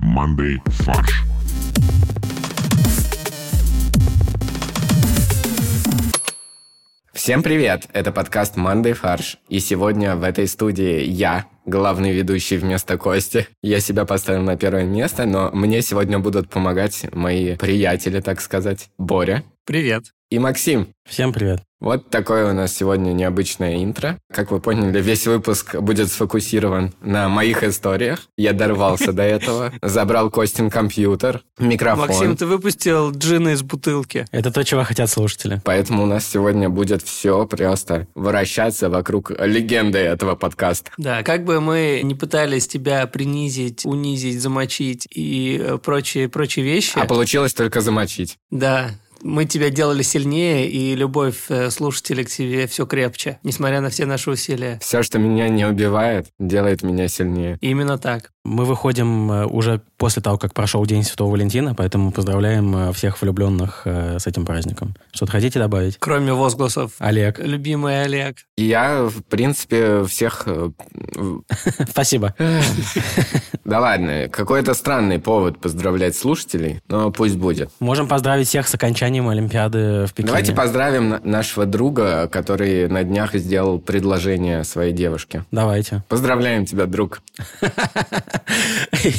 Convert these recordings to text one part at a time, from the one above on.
командой «Фарш». Всем привет! Это подкаст «Мандай фарш». И сегодня в этой студии я, главный ведущий вместо Кости. Я себя поставил на первое место, но мне сегодня будут помогать мои приятели, так сказать. Боря Привет. и Максим. Всем привет. Вот такое у нас сегодня необычное интро. Как вы поняли, весь выпуск будет сфокусирован на моих историях. Я дорвался до этого, забрал Костин компьютер, микрофон. Максим, ты выпустил джина из бутылки. Это то, чего хотят слушатели. Поэтому у нас сегодня будет все просто вращаться вокруг легенды этого подкаста. Да, как бы мы не пытались тебя принизить, унизить, замочить и э, прочие, прочие вещи, А получилось только замочить. да, мы тебя делали сильнее, и любовь э, слушателей к тебе все крепче, несмотря на все наши усилия. Все, что меня не убивает, делает меня сильнее. Именно так. Мы выходим э, уже после того, как прошел День Святого Валентина, поэтому поздравляем э, всех влюбленных э, с этим праздником. Что-то хотите добавить? Кроме возгласов. Олег. Любимый Олег. И я, в принципе, всех... э, Спасибо. Да ладно, какой-то странный повод поздравлять слушателей, но пусть будет. Можем поздравить всех с окончанием Олимпиады в Пекине. Давайте поздравим на- нашего друга, который на днях сделал предложение своей девушке. Давайте. Поздравляем тебя, друг.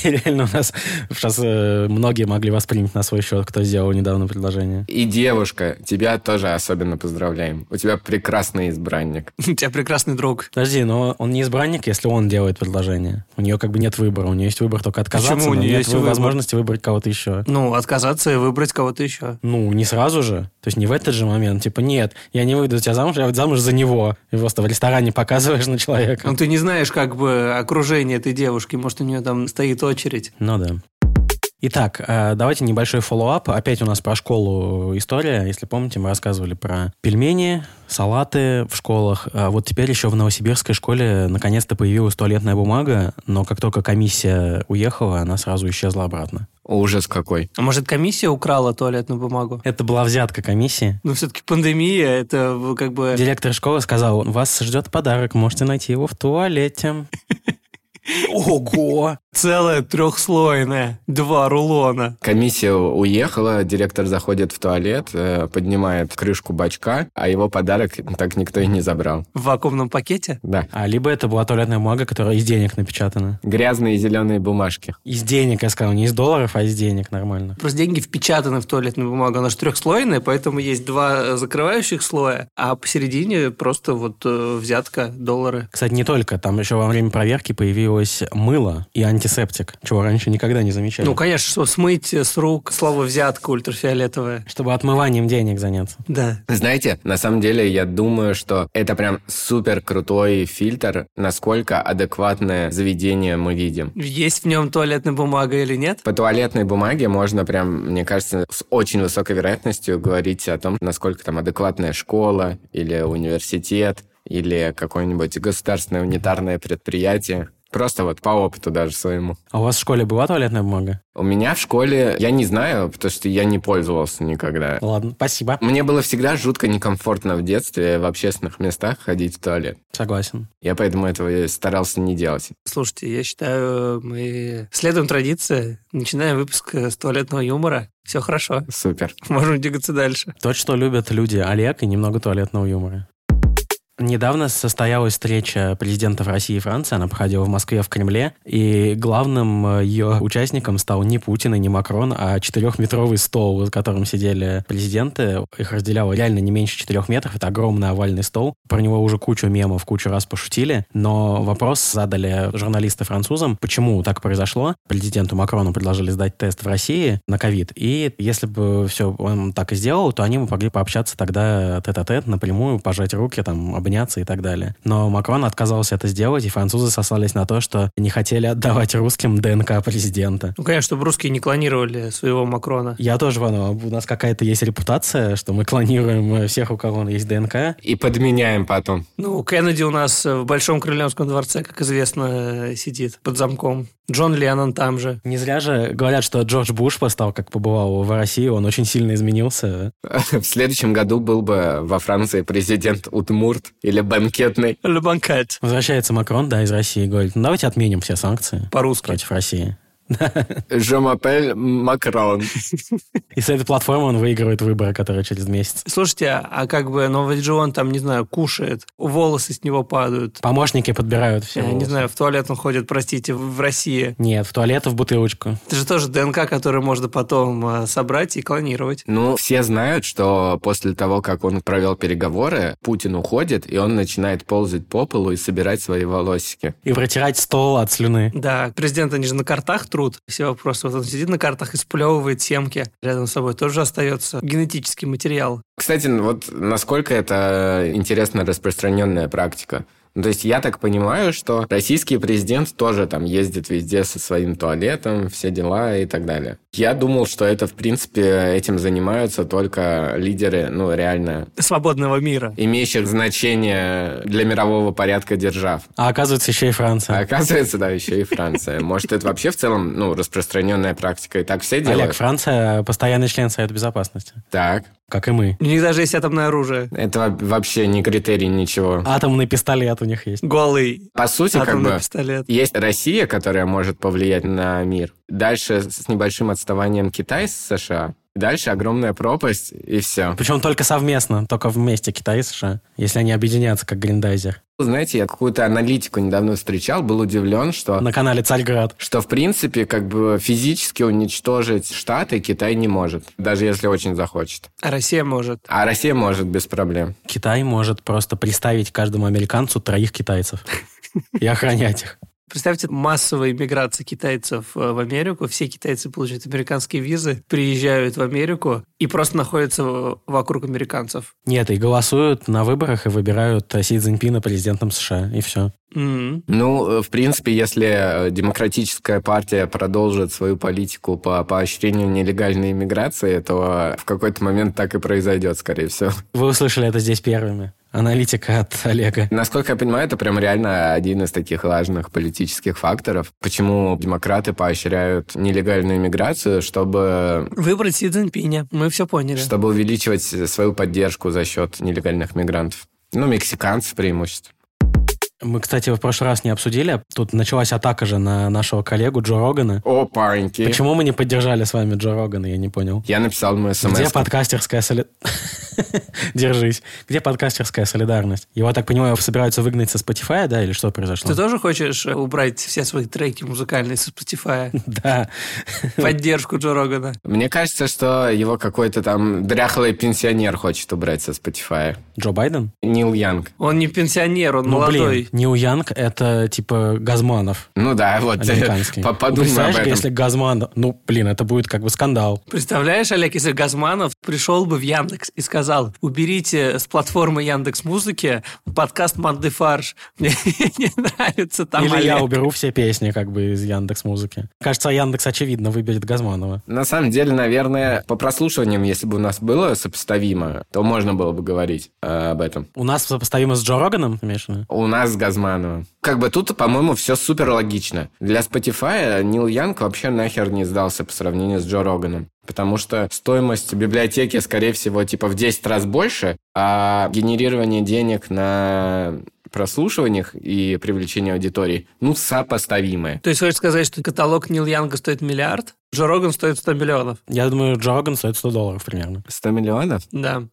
Реально у нас сейчас э, многие могли воспринять на свой счет, кто сделал недавно предложение. И девушка, тебя тоже особенно поздравляем. У тебя прекрасный избранник. У тебя прекрасный друг. Подожди, но он не избранник, если он делает предложение. У нее как бы нет выбора. У нее есть выбор только отказаться, Почему у но нее нет есть вы- выбор? возможности выбрать кого-то еще. Ну, отказаться и выбрать кого-то еще. Ну, не сразу же. То есть не в этот же момент. Типа, нет, я не выйду за тебя замуж, я выйду замуж за него. И просто в ресторане показываешь на человека. Ну, ты не знаешь, как бы, окружение этой девушки. Может, у нее там стоит очередь. Ну да. Итак, э, давайте небольшой фоллоуап. Опять у нас про школу история. Если помните, мы рассказывали про пельмени, салаты в школах. А вот теперь еще в новосибирской школе наконец-то появилась туалетная бумага, но как только комиссия уехала, она сразу исчезла обратно. Ужас какой. А может, комиссия украла туалетную бумагу? Это была взятка комиссии. Но все-таки пандемия, это в- как бы... Директор школы сказал, вас ждет подарок, можете найти его в туалете. Ого! Целая трехслойная, два рулона. Комиссия уехала, директор заходит в туалет, э, поднимает крышку бачка, а его подарок так никто и не забрал. В вакуумном пакете? Да. А либо это была туалетная бумага, которая из денег напечатана. Грязные зеленые бумажки. Из денег, я сказал, не из долларов, а из денег нормально. Просто деньги впечатаны в туалетную бумагу. Она же трехслойная, поэтому есть два э, закрывающих слоя, а посередине просто вот э, взятка, доллары. Кстати, не только. Там еще во время проверки появилось мыло и антисептик, чего раньше никогда не замечали. Ну, конечно, что смыть с рук слово «взятка» ультрафиолетовая. Чтобы отмыванием денег заняться. Да. Знаете, на самом деле я думаю, что это прям супер крутой фильтр, насколько адекватное заведение мы видим. Есть в нем туалетная бумага или нет? По туалетной бумаге можно прям, мне кажется, с очень высокой вероятностью говорить о том, насколько там адекватная школа или университет или какое-нибудь государственное унитарное предприятие. Просто вот по опыту даже своему. А у вас в школе была туалетная бумага? У меня в школе, я не знаю, потому что я не пользовался никогда. Ладно, спасибо. Мне было всегда жутко некомфортно в детстве в общественных местах ходить в туалет. Согласен. Я поэтому этого и старался не делать. Слушайте, я считаю, мы следуем традиции, начинаем выпуск э, с туалетного юмора. Все хорошо. Супер. Можем двигаться дальше. То, что любят люди Олег и немного туалетного юмора. Недавно состоялась встреча президентов России и Франции. Она проходила в Москве, в Кремле. И главным э, ее участником стал не Путин и не Макрон, а четырехметровый стол, за которым сидели президенты. Их разделяло реально не меньше четырех метров. Это огромный овальный стол. Про него уже кучу мемов, кучу раз пошутили. Но вопрос задали э, журналисты французам, почему так произошло. Президенту Макрону предложили сдать тест в России на ковид. И если бы все он так и сделал, то они бы могли пообщаться тогда тет-а-тет напрямую, пожать руки, там, обняться и так далее. Но Макрон отказался это сделать, и французы сослались на то, что не хотели отдавать русским ДНК президента. Ну, конечно, чтобы русские не клонировали своего Макрона. Я тоже, Вану, у нас какая-то есть репутация, что мы клонируем э, всех, у кого есть ДНК. И подменяем потом. Ну, Кеннеди у нас э, в Большом Крылемском дворце, как известно, э, сидит под замком. Джон Леннон там же. Не зря же говорят, что Джордж Буш постал, как побывал в России, он очень сильно изменился. В следующем году был бы во Франции президент Утмурт или банкетный. Лебанкет. Возвращается Макрон, да, из России, и говорит, ну давайте отменим все санкции По-русски. против России. Je m'appelle Макрон. И с этой платформы он выигрывает выборы, которые через месяц. Слушайте, а а как бы, но ведь же он там, не знаю, кушает, волосы с него падают. Помощники подбирают все. Я не волосы. знаю, в туалет он ходит, простите, в в России. Нет, в туалет и в бутылочку. Это же тоже ДНК, который можно потом э, собрать и клонировать. Ну, все знают, что после того, как он провел переговоры, Путин уходит, и он начинает ползать по полу и собирать свои волосики. И протирать стол от слюны. Да, президент, они же на картах труд. Все вопросы. Вот он сидит на картах и сплевывает семки. Рядом с собой тоже остается генетический материал. Кстати, ну вот насколько это интересно распространенная практика. Ну, то есть я так понимаю, что российский президент тоже там ездит везде со своим туалетом, все дела и так далее. Я думал, что это, в принципе, этим занимаются только лидеры, ну, реально Свободного мира. имеющих значение для мирового порядка держав. А оказывается, еще и А Франция. оказывается, да, еще и Франция. Может, это вообще в целом, ну, распространенная практика, и так все Олег, делают? Франция постоянный член Совета Безопасности. Так. Как и мы. У них даже есть атомное оружие. Это во- вообще не критерий ничего. Атомный пистолет у них есть. Голый По сути, как атомный бы, пистолет. есть Россия, которая может повлиять на мир. Дальше с небольшим отставанием Китай с США. Дальше огромная пропасть, и все. Причем только совместно, только вместе Китай и США, если они объединятся как гриндайзер. Знаете, я какую-то аналитику недавно встречал, был удивлен, что На канале Царьград. что, в принципе, как бы физически уничтожить Штаты Китай не может, даже если очень захочет. А Россия может. А Россия может без проблем. Китай может просто приставить каждому американцу троих китайцев и охранять их. Представьте, массовая иммиграция китайцев э, в Америку. Все китайцы получают американские визы, приезжают в Америку и просто находятся в- вокруг американцев. Нет, и голосуют на выборах и выбирают э, Си Цзиньпина президентом США, и все. М. Ну, э, в принципе, если э, демократическая партия продолжит свою политику по поощрению нелегальной иммиграции, то э, в какой-то момент так и произойдет, скорее всего. Вы услышали это здесь первыми. Аналитика от Олега. Насколько я понимаю, это прям реально один из таких важных политических факторов, почему демократы поощряют нелегальную иммиграцию, чтобы Выбрать Си Цзиньпиня. Мы все поняли. чтобы увеличивать свою поддержку за счет нелегальных мигрантов. Ну, мексиканцев преимущественно. Мы, кстати, в прошлый раз не обсудили. Тут началась атака же на нашего коллегу Джо Рогана. О, пареньки. Почему мы не поддержали с вами Джо Рогана, я не понял. Я написал ему смс. Где подкастерская солидарность? Держись. Где подкастерская солидарность? Его, так понимаю, собираются выгнать со Spotify, да, или что произошло? Ты тоже хочешь э, убрать все свои треки музыкальные со Spotify? Да. Поддержку Джо Рогана. Мне кажется, что его какой-то там дряхлый пенсионер хочет убрать со Spotify. Джо Байден? Нил Янг. Он не пенсионер, он Ну, молодой. блин, Нил Янг — это типа Газманов Ну да, вот американский. по- подумай Представляешь, об этом. если Газман... Ну, блин, это будет как бы скандал. Представляешь, Олег, если Газманов пришел бы в Яндекс и сказал, уберите с платформы Яндекс Музыки подкаст Манды Фарш. Мне не нравится там Или я Олег». уберу все песни как бы из Яндекс Музыки. Кажется, Яндекс, очевидно, выберет Газманова. На самом деле, наверное, по прослушиваниям, если бы у нас было сопоставимо, то можно было бы говорить э, об этом. У нас сопоставимо с Джо Роганом, имеешь в виду? У нас с Газмановым. Как бы тут, по-моему, все супер логично. Для Spotify Нил Янг вообще нахер не сдался по сравнению с Джо Роганом. Потому что стоимость библиотеки, скорее всего, типа в 10 раз больше, а генерирование денег на прослушиваниях и привлечение аудитории, ну, сопоставимое. То есть хочешь сказать, что каталог Нил Янга стоит миллиард, Джо Роган стоит 100 миллионов? Я думаю, Джо Роган стоит 100 долларов примерно. 100 миллионов? Да.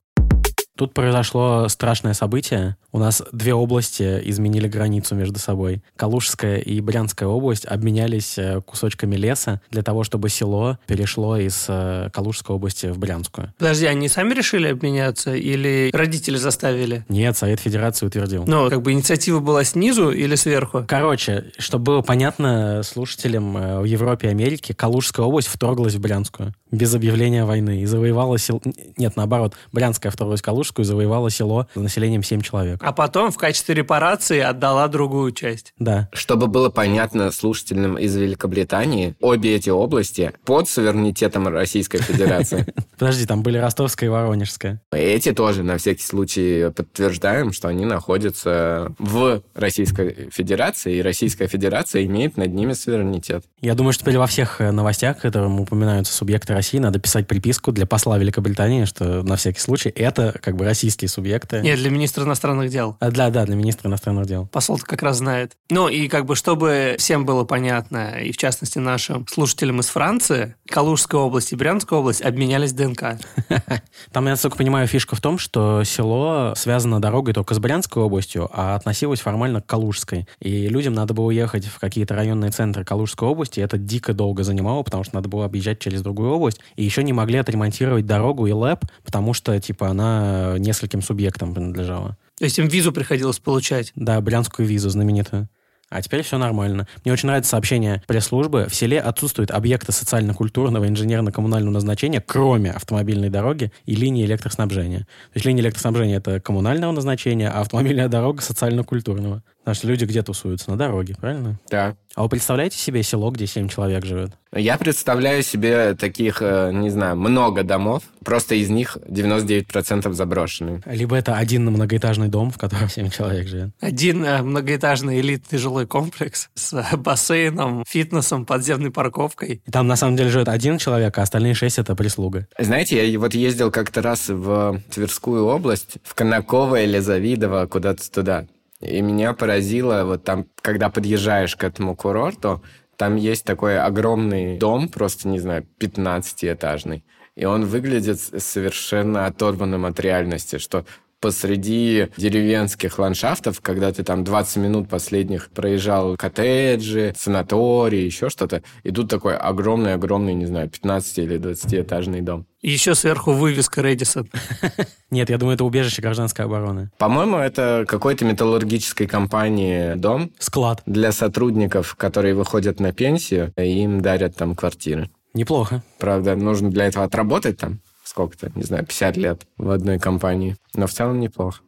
Тут произошло страшное событие. У нас две области изменили границу между собой. Калужская и Брянская область обменялись э, кусочками леса для того, чтобы село перешло из э, Калужской области в Брянскую. Подожди, они сами решили обменяться или родители заставили? Нет, Совет Федерации утвердил. Ну, как бы инициатива была снизу или сверху? Короче, чтобы было понятно слушателям э, в Европе и Америке, Калужская область вторглась в Брянскую без объявления войны и завоевала село... Нет, наоборот, Брянская вторглась в Калужскую и завоевала село с населением 7 человек. А потом в качестве репарации отдала другую часть. Да. Чтобы было понятно слушателям из Великобритании, обе эти области под суверенитетом Российской Федерации. Подожди, там были Ростовская и Воронежская. Эти тоже, на всякий случай, подтверждаем, что они находятся в Российской Федерации, и Российская Федерация имеет над ними суверенитет. Я думаю, что теперь во всех э, новостях, которым упоминаются субъекты России, надо писать приписку для посла Великобритании, что на всякий случай это как как бы российские субъекты. Нет, для министра иностранных дел. А, да, да, для министра иностранных дел. посол как раз знает. Ну и как бы, чтобы всем было понятно, и в частности нашим слушателям из Франции, Калужская область и Брянская область обменялись ДНК. Там, я насколько понимаю, фишка в том, что село связано дорогой только с Брянской областью, а относилось формально к Калужской. И людям надо было ехать в какие-то районные центры Калужской области, и это дико долго занимало, потому что надо было объезжать через другую область. И еще не могли отремонтировать дорогу и ЛЭП, потому что, типа, она нескольким субъектам принадлежала. То есть им визу приходилось получать. Да, брянскую визу знаменитую. А теперь все нормально. Мне очень нравится сообщение пресс-службы. В селе отсутствуют объекты социально-культурного инженерно-коммунального назначения, кроме автомобильной дороги и линии электроснабжения. То есть линия электроснабжения — это коммунального назначения, а автомобильная дорога — социально-культурного. Потому что люди где тусуются? На дороге, правильно? Да. А вы представляете себе село, где семь человек живет? Я представляю себе таких, э, не знаю, много домов. Просто из них 99% заброшены. Либо это один многоэтажный дом, в котором семь человек живет. Один э, многоэтажный элитный жилой комплекс с э, бассейном, фитнесом, подземной парковкой. И там на самом деле живет один человек, а остальные шесть — это прислуга. Знаете, я вот ездил как-то раз в Тверскую область, в Конаково или Завидово, куда-то туда. И меня поразило, вот там, когда подъезжаешь к этому курорту, там есть такой огромный дом, просто, не знаю, 15-этажный. И он выглядит с- совершенно оторванным от реальности, что посреди деревенских ландшафтов, когда ты там 20 минут последних проезжал коттеджи, санатории, еще что-то, и тут такой огромный-огромный, не знаю, 15 или 20-этажный дом. И еще сверху вывеска Редисон. Нет, я думаю, это убежище гражданской обороны. По-моему, это какой-то металлургической компании дом Склад. для сотрудников, которые выходят на пенсию, и им дарят там квартиры. Неплохо. Правда, нужно для этого отработать там сколько-то, не знаю, 50 лет в одной компании. Но в целом неплохо.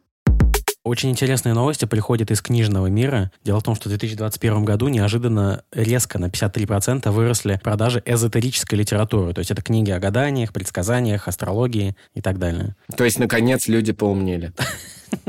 Очень интересные новости приходят из книжного мира. Дело в том, что в 2021 году неожиданно резко на 53% выросли продажи эзотерической литературы. То есть это книги о гаданиях, предсказаниях, астрологии и так далее. То есть, наконец, люди поумнели.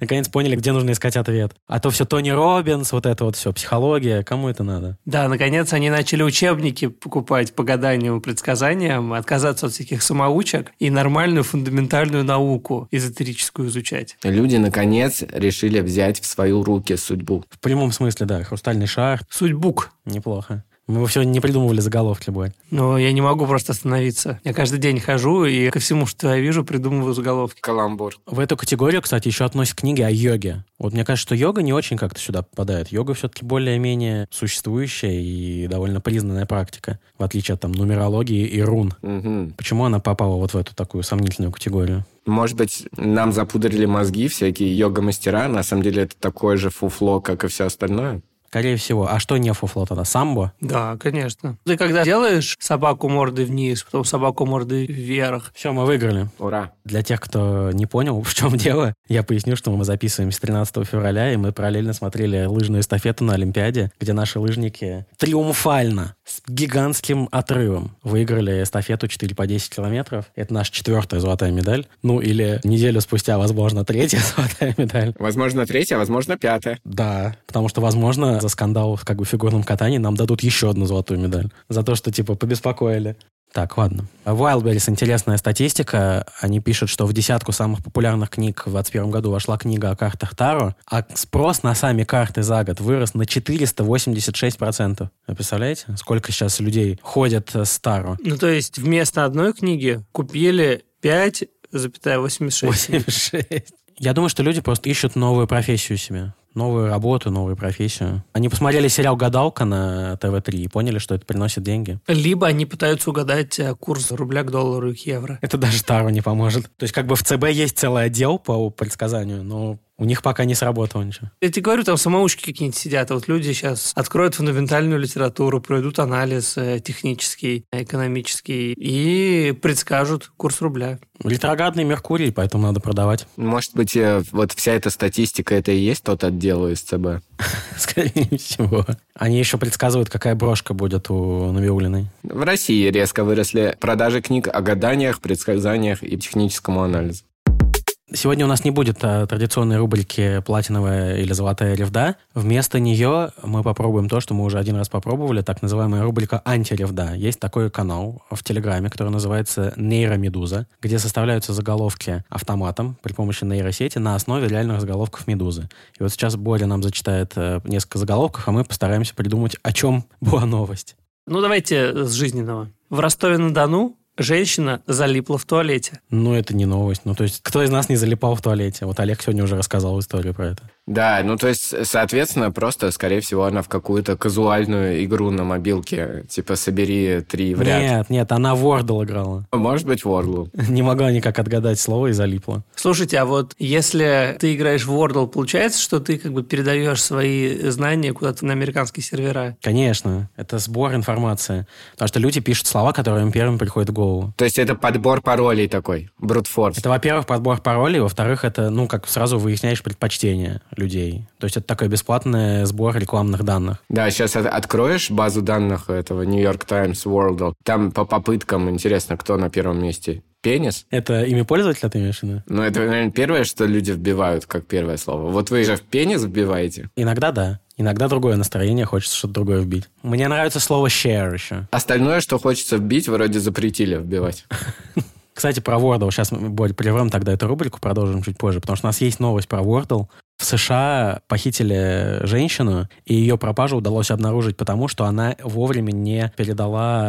Наконец поняли, где нужно искать ответ. А то все Тони Робинс, вот это вот все, психология, кому это надо? Да, наконец они начали учебники покупать по гаданиям и предсказаниям, отказаться от всяких самоучек и нормальную фундаментальную науку эзотерическую изучать. Люди, наконец, решили взять в свою руки судьбу. В прямом смысле, да, хрустальный шар, Судьбук. неплохо. Мы все не придумывали заголовки, Боль. Но я не могу просто остановиться. Я каждый день хожу и ко всему, что я вижу, придумываю заголовки. Каламбур. В эту категорию, кстати, еще относят книги о йоге. Вот мне кажется, что йога не очень как-то сюда попадает. Йога все-таки более-менее существующая и довольно признанная практика, в отличие от там нумерологии и рун. Мгм. Почему она попала вот в эту такую сомнительную категорию? Может быть, нам запудрили мозги всякие йога-мастера. На самом деле, это такое же фуфло, как и все остальное. Скорее всего. А что не фуфло тогда? Самбо? Да, конечно. Ты когда делаешь собаку мордой вниз, потом собаку мордой вверх, Все, мы выиграли. Ура. Для тех, кто не понял, в чем дело, я поясню, что мы записываемся 13 февраля, и мы параллельно смотрели лыжную эстафету на Олимпиаде, где наши лыжники триумфально, с гигантским отрывом выиграли эстафету 4 по 10 километров. Это наша четвертая золотая медаль. Ну, или неделю спустя, возможно, третья золотая медаль. Возможно, третья, возможно, пятая. Да, потому что, возможно, за скандал в как бы фигурном катании нам дадут еще одну золотую медаль. За то, что, типа, побеспокоили. Так, ладно. Wildberries интересная статистика. Они пишут, что в десятку самых популярных книг в 2021 году вошла книга о картах Таро, а спрос на сами карты за год вырос на 486%. Вы представляете, сколько сейчас людей ходят э, с Таро? Ну, то есть вместо одной книги купили 5,86. 86. Я думаю, что люди просто ищут новую профессию себе. Новую работу, новую профессию. Они посмотрели сериал «Гадалка» на ТВ-3 и поняли, что это приносит деньги. Либо они пытаются угадать э, курс рубля к доллару и к евро. Это даже Тару не поможет. То есть как бы в ЦБ есть целый отдел по предсказанию, но у них пока не сработало ничего. Я тебе говорю, там самоучки какие-нибудь сидят. А вот люди сейчас откроют фундаментальную литературу, пройдут анализ э, технический, э, экономический и предскажут курс рубля. Ретроградный Меркурий, поэтому надо продавать. Может быть, э, вот вся эта статистика, это и есть тот отдел из ЦБ? Скорее всего. Они еще предсказывают, какая брошка будет у Набиулиной. В России резко выросли продажи книг о гаданиях, предсказаниях и техническому анализу. Сегодня у нас не будет а, традиционной рубрики «Платиновая или золотая ревда». Вместо нее мы попробуем то, что мы уже один раз попробовали, так называемая рубрика «Антиревда». Есть такой канал в Телеграме, который называется «Нейромедуза», где составляются заголовки автоматом при помощи нейросети на основе реальных заголовков «Медузы». И вот сейчас Боря нам зачитает э, несколько заголовков, а мы постараемся придумать, о чем была новость. Ну, давайте с жизненного. В Ростове-на-Дону женщина залипла в туалете. Ну, это не новость. Ну, то есть, кто из нас не залипал в туалете? Вот Олег сегодня уже рассказал историю про это. Да, ну то есть, соответственно, просто, скорее всего, она в какую-то казуальную игру на мобилке. Типа, собери три в ряд. Нет, нет, она в Wordle играла. Может быть, Ворлу. Не могла никак отгадать слово и залипла. Слушайте, а вот если ты играешь в Wordle, получается, что ты как бы передаешь свои знания куда-то на американские сервера? Конечно, это сбор информации. Потому что люди пишут слова, которые им первым приходят в голову. То есть это подбор паролей такой, брутфорс. Это, во-первых, подбор паролей, во-вторых, это, ну, как сразу выясняешь предпочтения людей. То есть это такой бесплатный сбор рекламных данных. Да, сейчас от- откроешь базу данных этого New York Times World. Там по попыткам интересно, кто на первом месте. Пенис? Это имя пользователя ты имеешь в виду? Ну, это, наверное, первое, что люди вбивают, как первое слово. Вот вы же в пенис вбиваете. Иногда да. Иногда другое настроение, хочется что-то другое вбить. Мне нравится слово share еще. Остальное, что хочется вбить, вроде запретили вбивать. Кстати, про Wordle. Сейчас, мы, Борь, прервем тогда эту рубрику, продолжим чуть позже, потому что у нас есть новость про Wordle. В США похитили женщину, и ее пропажу удалось обнаружить потому, что она вовремя не передала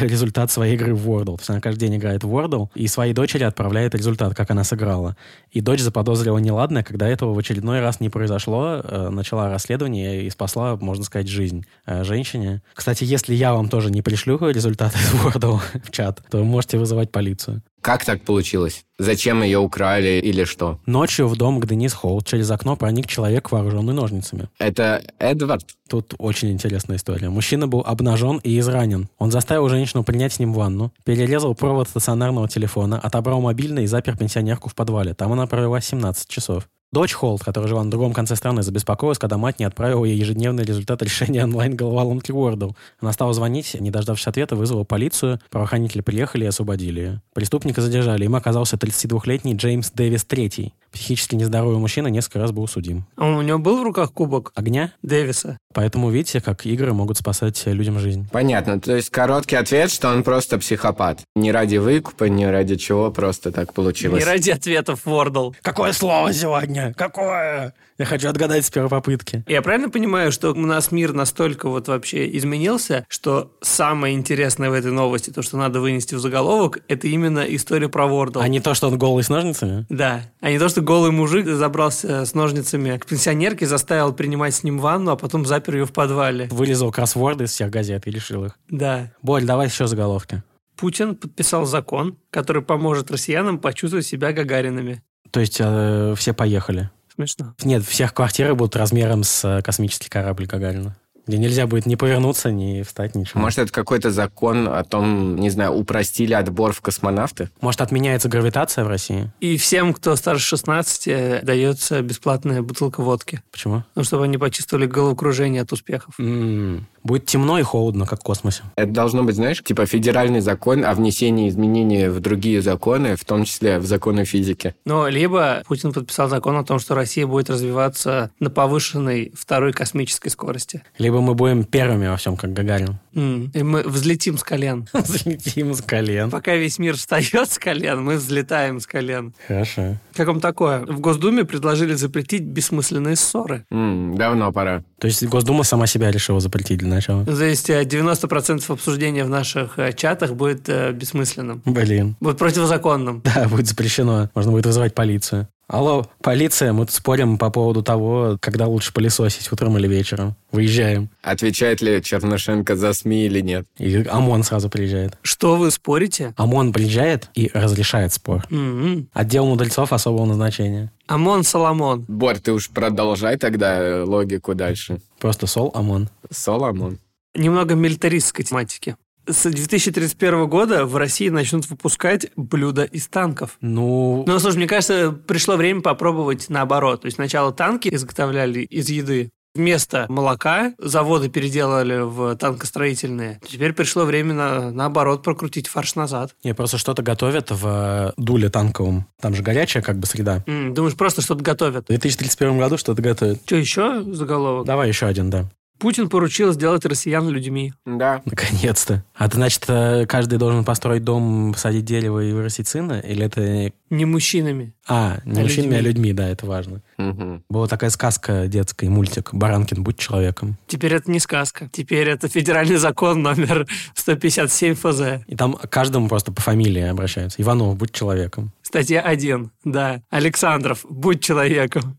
э, результат своей игры в Wordle. То есть она каждый день играет в Wordle, и своей дочери отправляет результат, как она сыграла. И дочь заподозрила неладное, когда этого в очередной раз не произошло, э, начала расследование и спасла, можно сказать, жизнь э, женщине. Кстати, если я вам тоже не пришлю результаты из Wordle в чат, то вы можете вызывать полицию. Как так получилось? Зачем ее украли или что? Ночью в дом к Денис Холл через окно проник человек, вооруженный ножницами. Это Эдвард? Тут очень интересная история. Мужчина был обнажен и изранен. Он заставил женщину принять с ним ванну, перерезал провод стационарного телефона, отобрал мобильный и запер пенсионерку в подвале. Там она провела 17 часов. Дочь Холд, которая жила на другом конце страны, забеспокоилась, когда мать не отправила ей ежедневный результат решения онлайн-головоломки Wordle. Она стала звонить, не дождавшись ответа, вызвала полицию, правоохранители приехали и освободили ее. Преступника задержали, им оказался 32-летний Джеймс Дэвис III. Психически нездоровый мужчина несколько раз был судим. А у него был в руках кубок Огня? Дэвиса? Поэтому видите, как игры могут спасать э, людям жизнь. Понятно. То есть короткий ответ, что он просто психопат. Не ради выкупа, не ради чего, просто так получилось. Не ради ответов Wordle. Какое слово сегодня? Какое? Я хочу отгадать с первой попытки. Я правильно понимаю, что у нас мир настолько вот вообще изменился, что самое интересное в этой новости, то, что надо вынести в заголовок, это именно история про Wordle. А не то, что он голый с ножницами? Да. А не то, что голый мужик забрался э, с ножницами к пенсионерке, заставил принимать с ним ванну, а потом запер ее в подвале. Вырезал кроссворды из всех газет и решил их. Да. Боль, давай еще заголовки. Путин подписал закон, который поможет россиянам почувствовать себя гагаринами. То есть э, все поехали. Смешно. Нет, всех квартиры будут размером с э, космический корабль Гагарина. Где нельзя будет ни повернуться, ни встать, ничего. Может, это какой-то закон о том, не знаю, упростили отбор в космонавты? Может, отменяется гравитация в России? И всем, кто старше 16, э, дается бесплатная бутылка водки, Почему? ну, чтобы они почувствовали головокружение от успехов. М, Будет темно и холодно, как в космосе. Это должно быть, знаешь, типа федеральный закон о внесении изменений в другие законы, в том числе в законы физики. Но либо Путин подписал закон о том, что Россия будет развиваться на повышенной второй космической скорости. Либо мы будем первыми во всем, как Гагарин. М, И мы взлетим с колен. Залетим с колен. Пока весь мир встает с колен, мы взлетаем с колен. Хорошо. Как вам такое? В Госдуме предложили запретить бессмысленные ссоры. М, давно пора. То есть Госдума сама себя решила запретить для начала. То есть э, 90% обсуждения в наших э, чатах будет э, бессмысленным. Блин. Будет противозаконным. Да, будет запрещено. Можно будет вызывать полицию. Алло, полиция, мы тут спорим по поводу того, когда лучше пылесосить, утром или вечером. Выезжаем. Отвечает ли Чернышенко за СМИ или нет? И ОМОН сразу приезжает. Что вы спорите? ОМОН приезжает и разрешает спор. М-м. Отдел мудрецов особого назначения. Амон Соломон. Борь, ты уж продолжай тогда э, логику дальше. Просто сол ОМОН. Соломон. Немного милитаристской тематики. С 2031 года в России начнут выпускать блюда из танков. Ну, Ну, слушай, мне кажется, пришло время попробовать наоборот. То есть сначала танки изготовляли из еды, Вместо молока заводы переделали в танкостроительные. Теперь пришло время, на, наоборот, прокрутить фарш назад. Не, просто что-то готовят в э, дуле танковом. Там же горячая как бы среда. М, думаешь, просто что-то В готовят. 2031 году что-то готовят. Что еще заголовок? Давай еще один, да. Путин поручил сделать россиян людьми. Да. Наконец-то. А это значит, э, каждый должен построить дом, посадить дерево и вырастить сына? Или это... Не мужчинами. А, не А мужчинами, а людьми. людьми, да, это важно. Мгм. Была такая сказка детская, мультик «Баранкин, будь человеком». Теперь это не сказка. Теперь это федеральный закон номер 157 ФЗ. И там к каждому просто по фамилии обращаются. Иванов, будь человеком. Статья 1. Да. Александров, будь человеком.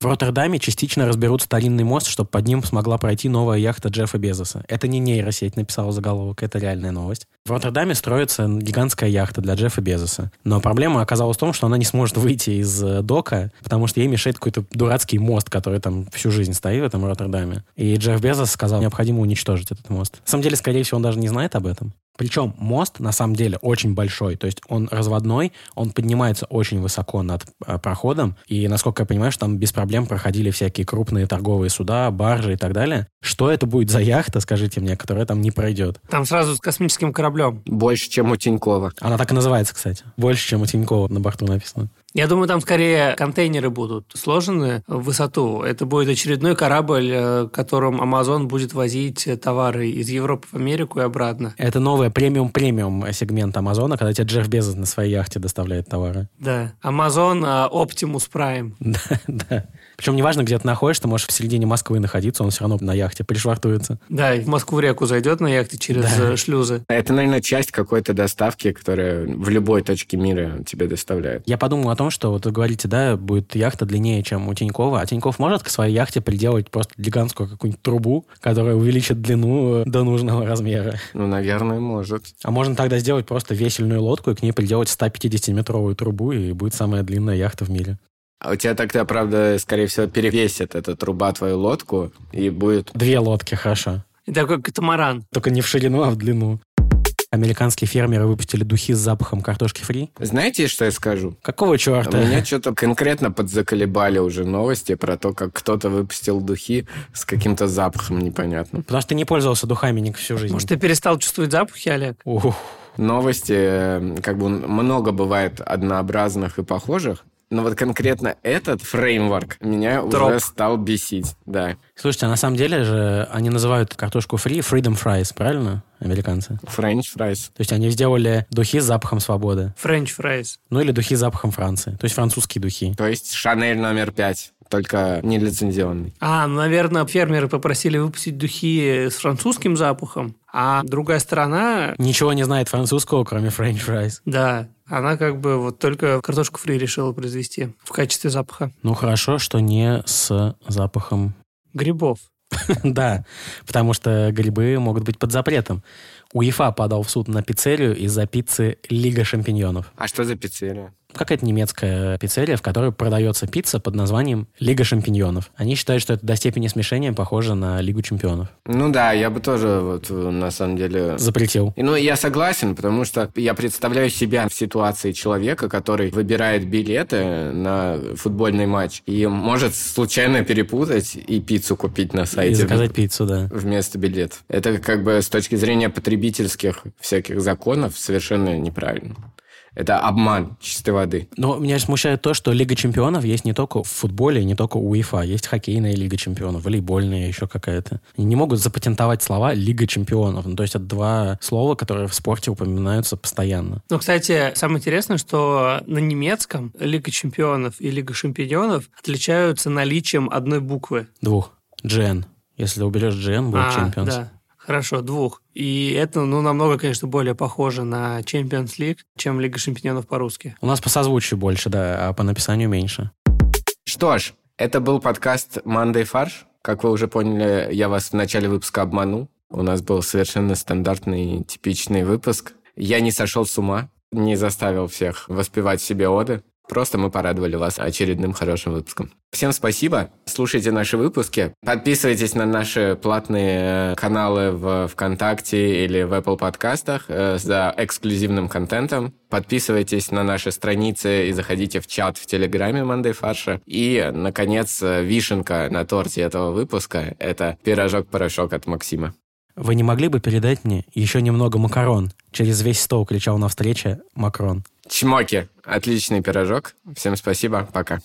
В Роттердаме частично разберут старинный мост, чтобы под ним смогла пройти новая яхта Джеффа Безоса. Это не нейросеть написала заголовок, это реальная новость. В Роттердаме строится гигантская яхта для Джеффа Безоса. Но проблема оказалась в том, что она не сможет выйти из э, дока, потому что ей мешает какой-то дурацкий мост, который там всю жизнь стоит в этом Роттердаме. И Джефф Безос сказал, необходимо уничтожить этот мост. На самом деле, скорее всего, он даже не знает об этом. Причем мост на самом деле очень большой, то есть он разводной, он поднимается очень высоко над э, проходом, и, насколько я понимаю, что там без проблем проходили всякие крупные торговые суда, баржи и так далее. Что это будет за яхта, скажите мне, которая там не пройдет? Там сразу с космическим кораблем. Больше, чем у Тинькова. Она так и называется, кстати. Больше, чем у Тинькова на борту написано. Я думаю, там скорее контейнеры будут сложены в высоту. Это будет очередной корабль, э, которым Amazon будет возить э, товары из Европы в Америку и обратно. Это новая премиум-премиум сегмент Амазона, когда тебе Джефф Безос на своей яхте доставляет товары. Да. Amazon э, Optimus Prime. Да, да. Причем неважно, где ты находишься, ты можешь в середине Москвы находиться, он все равно на яхте пришвартуется. Да, и в Москву реку зайдет на яхте через Да. э, шлюзы. Это, наверное, часть какой-то доставки, которая в любой точке мира тебе доставляет. Я подумал о том, что вот вы говорите, да, будет яхта длиннее, чем у Тинькова, а Тиньков может к своей яхте приделать просто гигантскую какую-нибудь трубу, которая увеличит длину э, до нужного размера. Ну, наверное, может. А можно тогда сделать просто весельную лодку и к ней приделать 150-метровую трубу, и будет самая длинная яхта в мире. А у тебя тогда, правда, скорее всего, перевесит эта труба твою лодку, и будет... Две лодки, хорошо. И такой катамаран. Только не в ширину, а в длину. Американские фермеры выпустили духи с запахом картошки фри. Знаете, что я скажу? Какого А черта? Меня что-то конкретно подзаколебали уже новости про то, как кто-то выпустил духи с каким-то запахом непонятным. Потому что ты не пользовался духами ник всю жизнь. Может, ты перестал чувствовать запахи, Олег? Ух. Новости, э, как бы много бывает однообразных и похожих, но вот конкретно этот фреймворк меня Троп. уже стал бесить. Да, Слушайте, а на самом деле же они называют картошку фри freedom fries, правильно, американцы? френч фрайс. То есть они сделали духи с запахом свободы. Френч фрайс. Ну или духи с запахом Франции. То есть французские духи. То есть Шанель номер пять, только нелицензионный. А, ну, наверное, фермеры попросили выпустить духи с французским запахом, а другая сторона, Ничего не знает французского, кроме френч фрайс. да, она как бы вот только картошку фри решила произвести в качестве запаха Ну хорошо, что не с запахом. грибов. да, потому что грибы могут быть под запретом. УЕФА подал в суд на пиццерию из-за пиццы Лига шампиньонов. А что за пиццерия? какая-то немецкая пиццерия, в которой продается пицца под названием «Лига шампиньонов». Они считают, что это до степени смешения похоже на Лигу чемпионов. Ну да, я бы тоже вот э, на самом деле... Запретил. И, Ну, я согласен, потому что я представляю себя в ситуации человека, который выбирает билеты на футбольный матч и может случайно перепутать и пиццу купить на сайте. И заказать пиццу, да. вместо билет. Это как бы с точки зрения потребительских всяких законов совершенно неправильно. Это обман чистой воды. Но меня смущает то, что Лига чемпионов есть не только в футболе, не только у УЕФА. Есть хоккейная Лига чемпионов, волейбольная еще какая-то. Они не могут запатентовать слова «Лига чемпионов». Ну, то есть это два слова, которые в спорте упоминаются постоянно. Ну, кстати, самое интересное, что на немецком Лига чемпионов и Лига шампиньонов отличаются наличием одной буквы. Двух. Джен. Если уберешь Джен, будет А, чемпионс. да. Хорошо, двух. И это, ну, намного, конечно, более похоже на Champions League, чем Лига шампиньонов по-русски. У нас по созвучию больше, да, а по написанию меньше. Что ж, это был подкаст «Мандай фарш». Как вы уже поняли, я вас в начале выпуска обманул. У нас был совершенно стандартный, типичный выпуск. Я не сошел с ума, не заставил всех воспевать себе оды. Просто мы порадовали вас очередным хорошим выпуском. Всем спасибо. Слушайте наши выпуски. Подписывайтесь на наши платные э, каналы в ВКонтакте или в Apple подкастах э, за эксклюзивным контентом. Подписывайтесь на наши страницы и заходите в чат в Телеграме Мандай Фарша. И, наконец, э, вишенка на торте этого выпуска – это пирожок-порошок от Максима. «Вы не могли бы передать мне еще немного макарон?» Через весь стол кричал на встрече Макрон. Чмоки. Отличный пирожок. Всем спасибо. Пока.